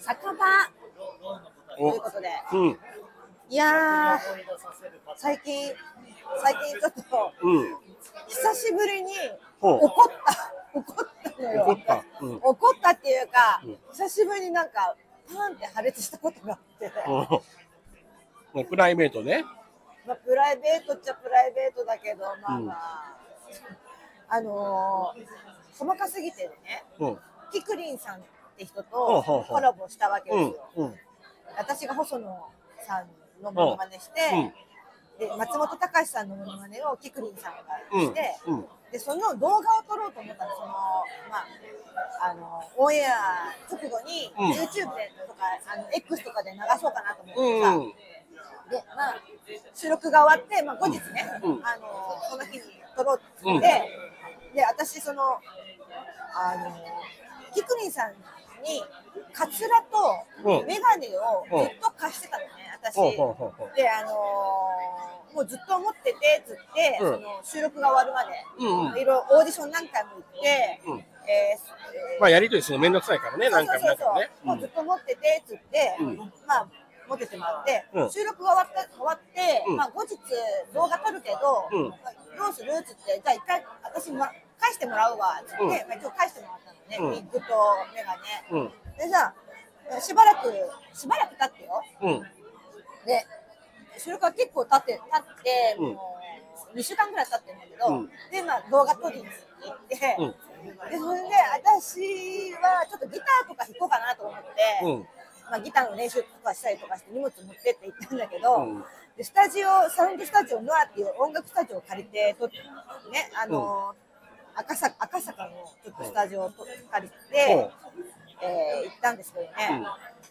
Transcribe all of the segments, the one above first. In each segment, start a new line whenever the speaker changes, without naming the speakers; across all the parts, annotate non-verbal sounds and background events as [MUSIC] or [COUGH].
酒場ということで、
うん、
いやー、最近、最近ちょっと、
うん、
久しぶりに
ほう
怒った、怒ったのよ。
怒ったうん
怒ったっていうか、
うん
久しぶりになんか、パンって破裂したことがあって、
うん。プライベートね。
まあ、プライベートっちゃプライベートだけど、まあまあ、あのー、細かすぎてね、
うん、
キクリンさんって人
ほうほ
と
うほう
コラボしたわけです
う
よ。
ん、うん、
私が細野さんのモノマネして、で松本隆さんのモノマネをキクリンさん
う
が
ん、
して、
うん、
でその動画を撮ろうと思ったのその、まあ、あのオンエア直後に YouTube
うん
でとか、あの X とかで流そうかなと思ってさ、
うん、
でまあ、収録が終わって、まあ、後日ね、
うん
あのその日に撮ろうって言って、で私そのあのキクリンさんにカツラ
う
と
ん
メガネをずっと貸してたのね私。
ほうほうほうほう。
であのーもうずっと思っててつって、
うん
その収録が終わる
うん
ま
うん
でいろいろオーディション何回も行って、
うん
えー
まあ、やりとりするのめんどくさいからね、
そ
な
うんそ
か
う
もな
そうんそう、
かね。
もうずっと持っててっつって、
うん
まあ持っててもらって、
うん
収録が終わった終わって、
うん
まあ後日動画撮るけど、
うん
まあどうするっつってじゃあ一回私もら返してもらうわっつって、
うん
まあ、一応返してもらったのね、ウ
うん
ィッグとメガネ、
うん、
でさしばらくしばらく経ってよ
うん、
で収録が結構経って経って、
うん
もう2週間ぐらい経ってるんだけど、
うん
でまあ動画撮りに行って、
うん
でそれで私はちょっとギターとか弾こうかなと思って、
うん、
まあ、ギターの練習とかしたりとかして荷物持ってって行ったんだけど、
うん
でスタジオサウンドスタジオノアっていう音楽スタジオを借りて撮ってねあのー赤坂赤坂のちょっとスタジオをと借りて、
うん
えー行ったんですけどね、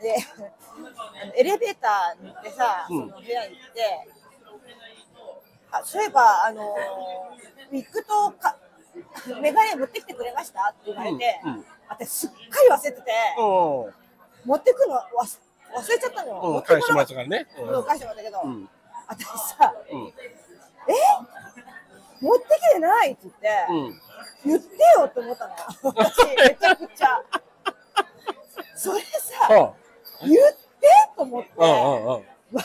であのエレベーターでさ、
うん
その部屋に行ってあそういえばあのーウィッグとかメガネ持ってきてくれましたって言われて、
うんうん
私すっかり忘れてて。
おー
持ってくの忘忘れちゃったのよ。
うん
持
お
ってこ
返
な
してもらったからね。
うん返してもらったけど、
うん、
私さ、
うん、
持ってきてないって言って、
うん、
言ってよって思ったの。私、めちゃくちゃ。それさ、
は
言ってと思って、
あ、うん、
忘
うん、うん、
れ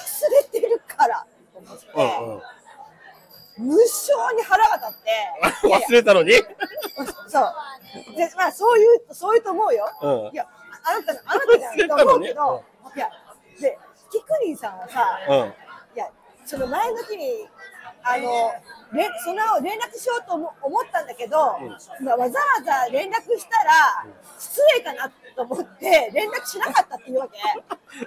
てるからと思って、
うん、うん。
無性に腹が立って、いやいや
[LAUGHS] 忘れたのに。
そう。で、まあ、そういう、そういうと思うよ。
うん
いや、ああなたの、あなたじゃないと思うけど、いや、で、キクリンさんはさ、
うん、
いや、その前の日に、あの、れその連絡しようと思思ったんだけど、まあわざわざ連絡したら、失礼かなと思って、連絡しなかったっていうわけ。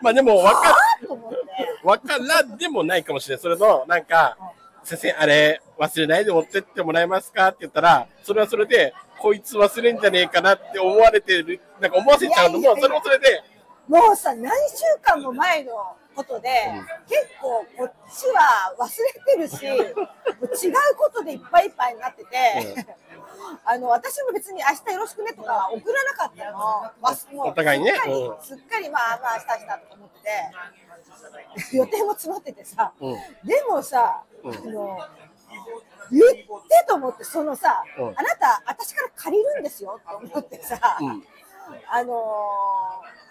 まあ、でも、わか
あ
る。
あと思って。
わからんでもないかもしれない。それの、なんか、先生、あれ、忘れないで持ってってもらえますかって言ったら、それはそれで、こいつ忘れんじゃねえかなって思われてる、なんか思わせちゃうの
いやいや
も、
いや
それもそれで、
もうさ、何週間も前のことで、
うん
結構こっちは忘
[LAUGHS]
れてるし、もう違うことでいっぱいいっぱいになってて、 [LAUGHS] あの、私も別に明日よろしくねとか送らなかったの。わすもう
お互いね
すっかり、
うん
すっかりまあまあ明日明日とか思って [LAUGHS] て、予定も詰まっててさ、
うん
でもさ、
うん
あの、言ってと思って、そのさ、
うん
あなた、私から借りるんですよと思ってさ、
うん、
あのー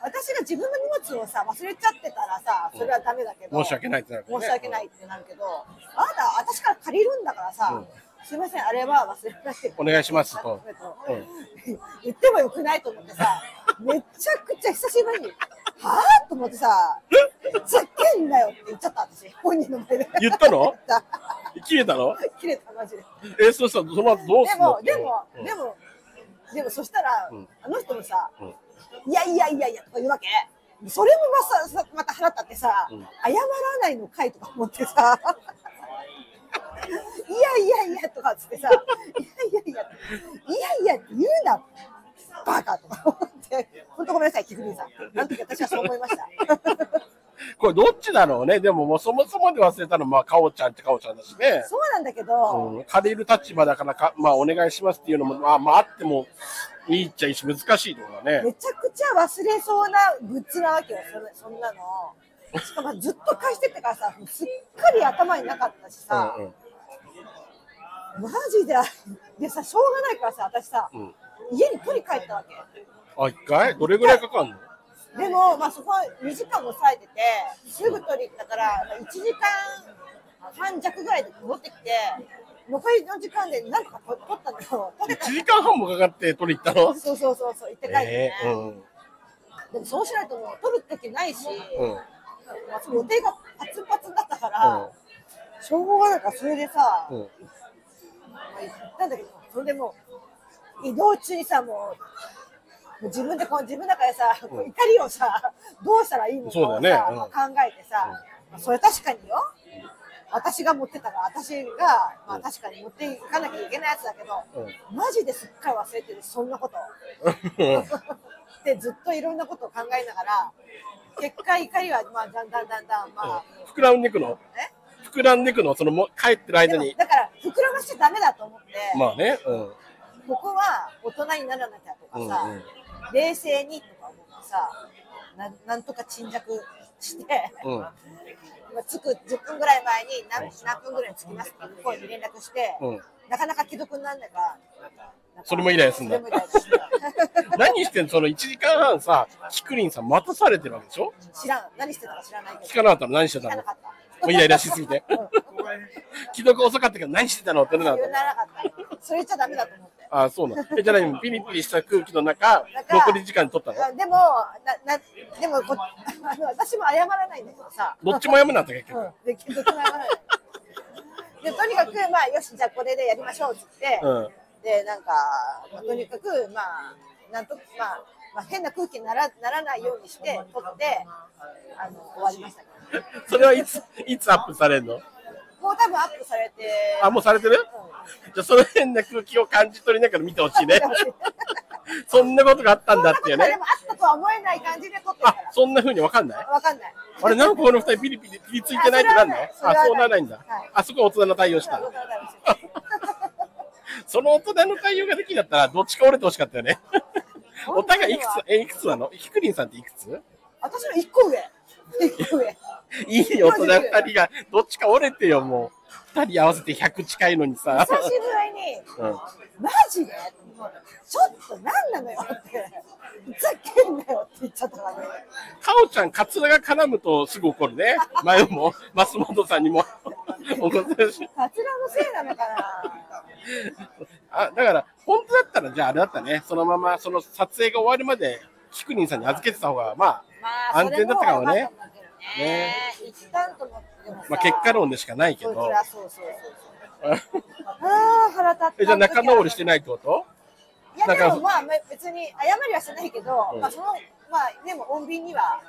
私が自分の荷物をさ忘れちゃってたらさそれはダメだけど、
申し訳ないってなるからね
申し訳ないってなるけど、あなた私から借りるんだからさ、すいませんあれは忘れまして
お願いしますと
うん [LAUGHS] 言ってもよくないと思ってさめちゃくちゃ久しぶりにはあと思ってさ「ざけんなよ」って言っちゃった私本人の前で
言ったの
言っ
切れたの
た [LAUGHS] 切れたマジで。
え、そしたら、その後どう
です
んの
も、でも、でも、でも、そしたら、
ん
あの人もさ、
う
いやいやいやいやとか言うわけ。それもまさ、さまた腹立ってさ、
うん
謝らないのかいとか思ってさ。 [LAUGHS] いやいやいやとかっつってさ、いやいやいや、いやいやって言うな、バカとか思って、本当ごめんなさい、キフリンさん。あの時私はそう思いました。
これどっちだろうね。でももうそもそもで忘れたのは、まあ、かおちゃんってかおちゃんだしね。
そうなんだけど、
うん、借りる立場だからか、まあ、お願いしますっていうのも、まあ、まあ、あってもいいっちゃいいし、難しいところだね。
めちゃくちゃ忘れそうなグッズなわけよそれそんなのしかもずっと貸してってからさすっかり頭になかったしさ、
うんうん
マジで [LAUGHS] でさしょうがないからさ私さ、
うん
家に取り帰ったわけ
あ、一回どれぐらいかかんの
でも、まあ、そこは2時間も抑えてて、すぐ取り行ったから、まあ、1時間半弱ぐらいで戻ってきて、残りの時間でなんとか取取ったのよ。取れ
1
た
時間半もかかって取り行ったの
そうそうそうそう、行って帰って
え
ね、
えうん
でもそうしないともう取る時ないし、
うんうん
まあ、その予定がパツパツだったから、しょうがないから、それでさ、
うん
まあ行ったんだけど、それでもう移動中にさ、もうもう自分でこう自分の中でさ、こう怒りをさ、どうしたらいいのか
そう
を
だよね
さ、
うん
まあ考えてさ、まあそれ確かによ、私が持ってたから、私が、まあ、確かに持っていかなきゃいけないやつだけど、マジですっかり忘れてる、そんなこと。 [LAUGHS] でずっといろんなことを考えながら、結果、怒りは、まあ、だんだんだんだん、まあ、
膨らんでいくの
え
膨らんでいくのそのも帰ってる間
でも
に
だから膨らましちゃダメだと思って、
まあねうん
ここは大人にならなきゃとかさ、
うんうん
冷静にとか思ってさななんとか沈着して、 [LAUGHS]
うん
今着く10分ぐらい前に何何分ぐらいに着きますっていう声に連絡して、
うん
なかなか既読にならないからなんか
それもイライラすんだ
それもイライラすんだ
何してんのその1時間半さキクリンさん待たされてるわけでしょ
知らん何してたか知らないけ
聞
ど
かなかったの何して
聞
た
か
の
なかった
もうイライラしす
[LAUGHS]
ぎて既読遅かったけど何してたのってな
言わなかったそれ言っちゃダメだと思って。
ああそうなのえじゃあ何ピリピリした空気の中残り時間取ったの
あでも、な、な、でもこ、 [LAUGHS] あの、私も謝らないんだけどさ。
どっちもやめなんだ結局
うん、で、結局謝ら
[LAUGHS]
ない。で、とにかく、まあ、よし、じゃ、あこれでやりましょうっつって。
うん
で、なんか、まあとにかく、まあ、なんと、まあ、まあ、変な空気になら、ならないようにして、取って。あの、終わりましたけど。
それはいついつアップされるの
もう多分アップされて。
あ
[LAUGHS]
もうされてるじゃあその変な空気を感じ取りながら見てほし
[LAUGHS]
いねそんなことがあったんだっていう
まあ、で
ね
も、あったとは思えない感じで取ってる
あ
か
そんな風にわかんない
ら。わかんない。
あれ、なんかこの二人ピリピリ、ピリついてないってなんのあ
あそれはない
そうならないんだ
はい。
あそこは大人の対応し
わ
た
かん。ない
その大人の対応ができんだったら、どっちか折れてほしかったよね。お互いいくつ、え、いくつなのヒクリンさんっていくつ
私の一個上。一個
[LAUGHS]
上。
いいよ大人二人が、どっちか折れてよ、もう。二人合わせて100近いのにさ
久。しぶりに、
うん
マジでちょっと何なのよって、ふざけんなよって言っちゃったからね。
かおちゃん、カツラが絡むとすぐ怒
[LAUGHS]
るね。前も、増本さんにも怒ってるし。
カツラのせいなのかな
あ、だから、本当だったら、じゃああれだったね。そのまま、その撮影が終わるまで、ヒクリンさんに預けてた方が、まあ、
まあ、それも良かったんだけどね。
ね
一旦と思ってもさ、
まあ、結果論でしかないけ
そ
ど
い。つらそうそうそうそう。ああ、腹立った。
[LAUGHS] えじゃあ仲直りしてないってこと
いや、で
仲
もまあ、別に謝りはしてないけど、まあ、その、まあ、でも穏便には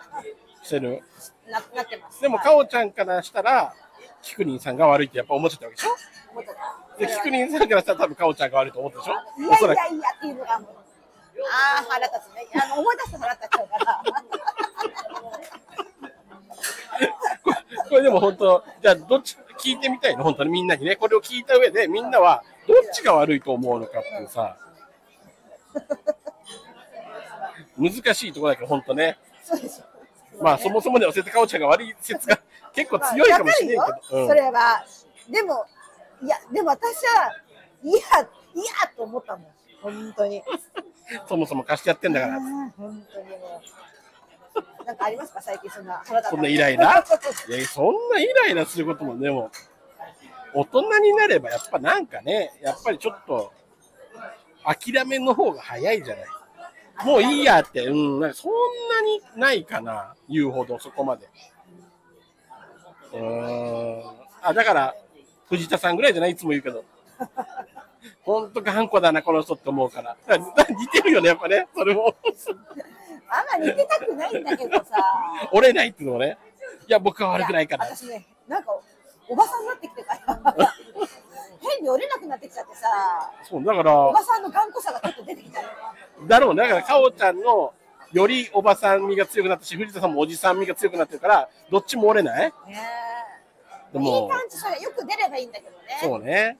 してる
ななってます。
でも、
はい
かおちゃんからしたら、キクリンさんが悪いってやっぱ思っちゃったわけでしょ
思ってた
で、キクリンさんからしたら多分かおちゃんが悪いと思ったでし
い
ょお
や
そら
い
く
や。いやっていうのがもう、ああ、腹立つね。あの思い出すと腹立っちゃうから。 [LAUGHS]
これこれでも本当、じゃあどっち、聞いてみたいの本当にみんなにね。これを聞いた上で、みんなはどっちが悪いと思うのかっていうさ。 [LAUGHS] 難しいところだけど、本当ね。
そうでしょ。
まあ、そもそもで教えてかおちゃんが悪い説が結構強いかもしれ
まあ
な
わ
い
か
け
る
ど。
よ
うん
それは。でも、いや、でも私は、いや、いやと思ったもん。本当に。
そもそも貸してやってんだから。
あー本当にもう。なんかありますか最近そんな腹立た
そん
な
ないイライラいやそんなイライラすることもでも大人になればやっぱなんかねやっぱりちょっと諦めの方が早いじゃないもういいやってうんなんかそんなにないかな言うほどそこまでうーんあだから藤田さんぐらいじゃないいつも言うけどほんと頑固だなこの人って思うからだから似てるよねやっぱねそれも [LAUGHS]
あんま似てたくないんだけどさ。
折れないっていうのもねいや僕は [LAUGHS] 悪くないから
や私ね、なんか、おばさんになってきてから。変に折れなくなってきちゃってさ。
そうだから
おばさんの頑固さがちょっと出てきたよ。
だろうね。だから、かおちゃんの、よりおばさん味が強くなったし、藤田さんもおじさん味が強くなってるから、どっちも折れない
ねえ。
で
いい
も、
感じ、それよく出ればいいんだけどね。
そう
ね。
ね。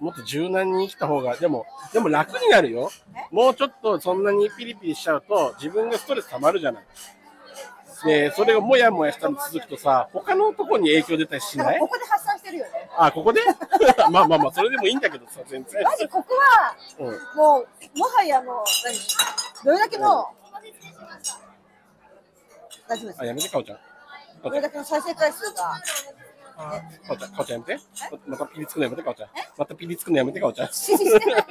う
もっと柔軟に生きた方が、でも、でも楽になるよ。もうちょっとそんなにピリピリしちゃうと、自分がストレス溜まるじゃない。で、それがもやもやしたの続くとさ、他のとこに影響出たりし
ん。だか
な
ら
い
ここで発散してるよね。
あ、ここで [LAUGHS] まあまあまあ、それでもいいんだけどさ、全然。
マジここは、
うん。
もう、もはやもう、何どれだけの、大丈夫です
あ、。やめて、かおちゃん。かお
こ
ちゃ
れ
ん、
だけの再生回数が。
かおちゃん、かおちゃんやめて。またピリつくのやめて、かおちゃん。またピリつくのやめて、かおちゃん。
指示してない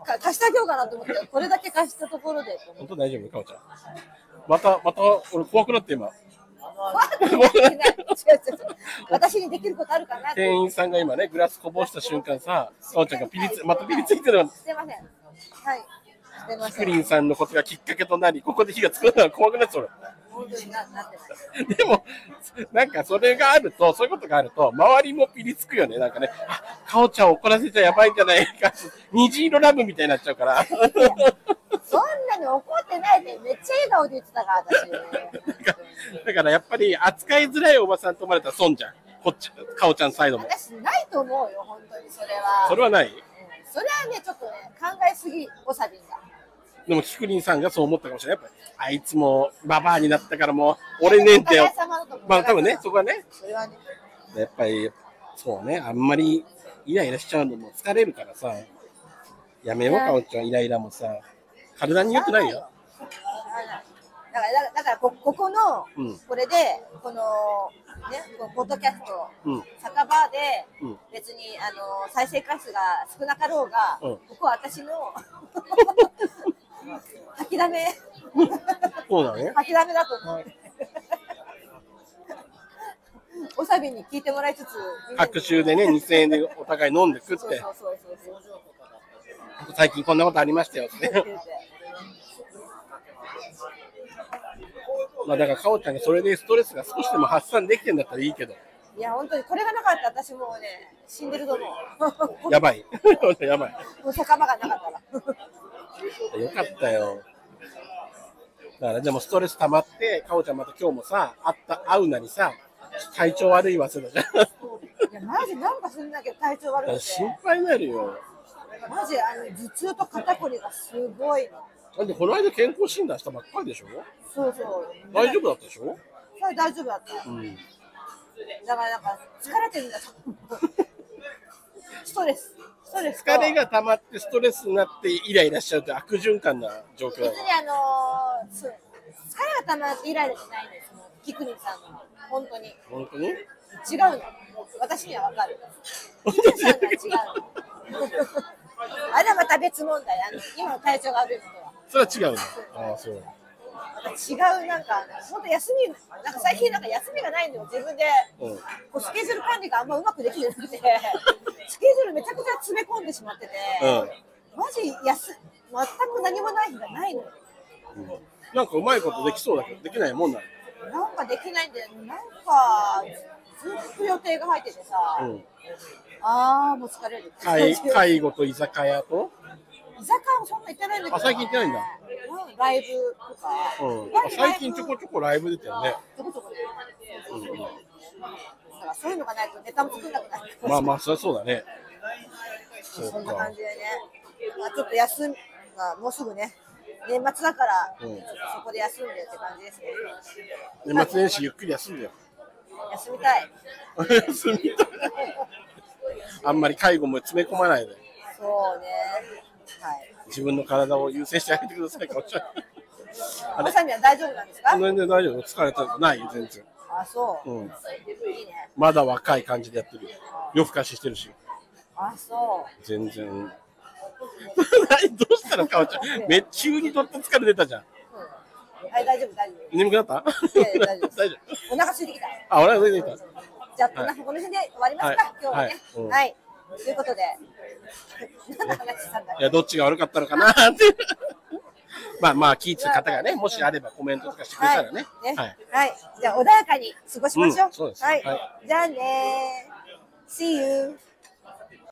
か貸してあげようかなと思って、これだけ貸したところで。
本当大丈夫かおちゃん。また、また、俺怖くなって
[LAUGHS]
今。
わーって思ってない違う違う違う私にできることあるかなって。
店員さんが今ね、グラスこぼした瞬間さ、かおちゃんがピリつ、またピリついてるの。
してません。はい。してま
スク
せ
リ
ん。
ーンさんのことがきっかけとなり、ここで火がつくのは [LAUGHS] 怖くなっちゃう
本当にななってます。
俺。でも、なんかそれがあると、そういうことがあると、周りもピリつくよね。なんかね、あ、かおちゃん怒らせちゃやばいんじゃないか。虹色ラブみたいになっちゃうから。
そんなに怒ってないで、めっちゃ笑顔で言ってたから、私。
なんかだからやっぱり扱いづらいおばさんと思われたら損じゃん。こっち、かおちゃんサイドも。
私、ないと思うよ、本当に、それは。
それはない
うんそれはね、ちょっとね、考えすぎ、おさびんが。
でも、キクリンさんがそう思ったかもしれない。やっぱり、あいつも、ババアになったからもう、俺ねんて
お互い様だと思う
まあ、多分ね、そこはね、
それはね。
やっぱり、そうね、あんまり、イライラしちゃうのも疲れるからさ、やめよう、かおちゃん、イライラもさ、体に良くないよ。
だから、だからだからこ、ここの、
うん
これで、この、ね、このポッドキャスト、
うん
酒場で、
うん
別に、あの、再生回数が少なかろうが、
うん
ここは私の、吐きだめ、
そうだね。
吐きだめだと思う。おさびに聞いてもらいつつ、
拍手でね、2000円でお互い飲んで食っ
そうそう
て、
そうそう。
最近こんなことありましたよって。まあ、だから、かおちゃんがそれでストレスが少しでも発散できてんだったらいいけど、
いや、本当にこれがなかったら私もうね、死んでると思う。 [LAUGHS]
やばい。 [LAUGHS] やばい。
もう酒場がなかったら。
よかったよ。だからでもストレス溜まって、かおちゃんまた今日もさ、会った、会うなりさ、体調悪い忘れたじ [LAUGHS] ゃん。だ
いや、マジなんかすんだけど体調悪
か
く
ら心
て。
配になるよ。
マジ、あの、頭痛と肩こりがすごいの。
だってこの間健康診断したばっかりでしょ
そうそう。
大丈夫だったでしょ
それ大丈夫だった。
うん。
だからなんか、疲れてるんだ [LAUGHS] と思う。ストレス。ストレスと。
疲れが溜まってストレスになってイライラしちゃうって悪循環な状況
別
だよ
にあのー、そう疲れがたまってイライラじゃないんです。もうキクニさんの。本当に。
本当に
違うの。私にはわかる。キクニさんのは違うの。
[LAUGHS]
あれはまた別問題。あの今の体調が悪いことは。
それは違うの。ああ、そう。
違うなんか本当休みなんか最近なんか休みがないんだよ自分で、
うん
こうスケジュール管理があんまうまくできてな
[LAUGHS]
くてスケジュールめちゃくちゃ詰め込んでしまってて、マジ休全く何もない日がないのよ
なんかうまいことできそうだけど、できないもんな
なんかできないんだよなんかずっと予定が入っててさ、
の。うん。
ああもう疲れる
[LAUGHS] 介
居酒屋
介護と居酒屋と
もそんな行ってないんだけど、
あ最近行ってないんだ
うんライブとか、
うん
ライ。ブ
最近ちょこちょこライブ出てるね。
ちょこちょこねだからそういうのがないとネタも作んなくなる
まあまあ、そりゃそうだね。そう
そんな
か
感じ。でね、まあ、ちょっと休み、まあ、もうすぐね、年末だから、
うん
ちょっとそこで休んでって感じですね。
年末年始ゆっくり休んでよ。 [LAUGHS]
休みたい。
休みたい。あんまり介護も詰め込まないで。
そうね。はい。
自分の体を優先してあげてください、かおちゃん。あ
お
れ
さみは大丈夫なんですか、
全然大丈夫。疲れたないよ、全然。
あ、そう、
うん。
いいね。
まだ若い感じでやってるよ。夜更かししてるし。
あ、そう。
全然。 [LAUGHS] 何どうしたの、かおちゃん。めっちゃ急にとって疲れ出たじゃん。
うんはい、大丈夫、大丈
眠くなった
夫。いやいや大丈夫
[LAUGHS] 大丈夫。
夫。お腹空いてきた。
あ、俺は出てきた。
じゃあ、こんな、この辺で終わりますか、
はい
今日はね、
はいうん
はい。ということで、 [LAUGHS] 何の話したんだ
い
ろう。
や、どっちが悪かったのかなって。
[LAUGHS]
まあまあ、聞いてた方がね、もしあればコメントとかしてくれたらね。
ね
は
はいい。。じゃあ、穏やかに過ごしましょう。
うんそうです
はい
は。
じゃあねー。See you.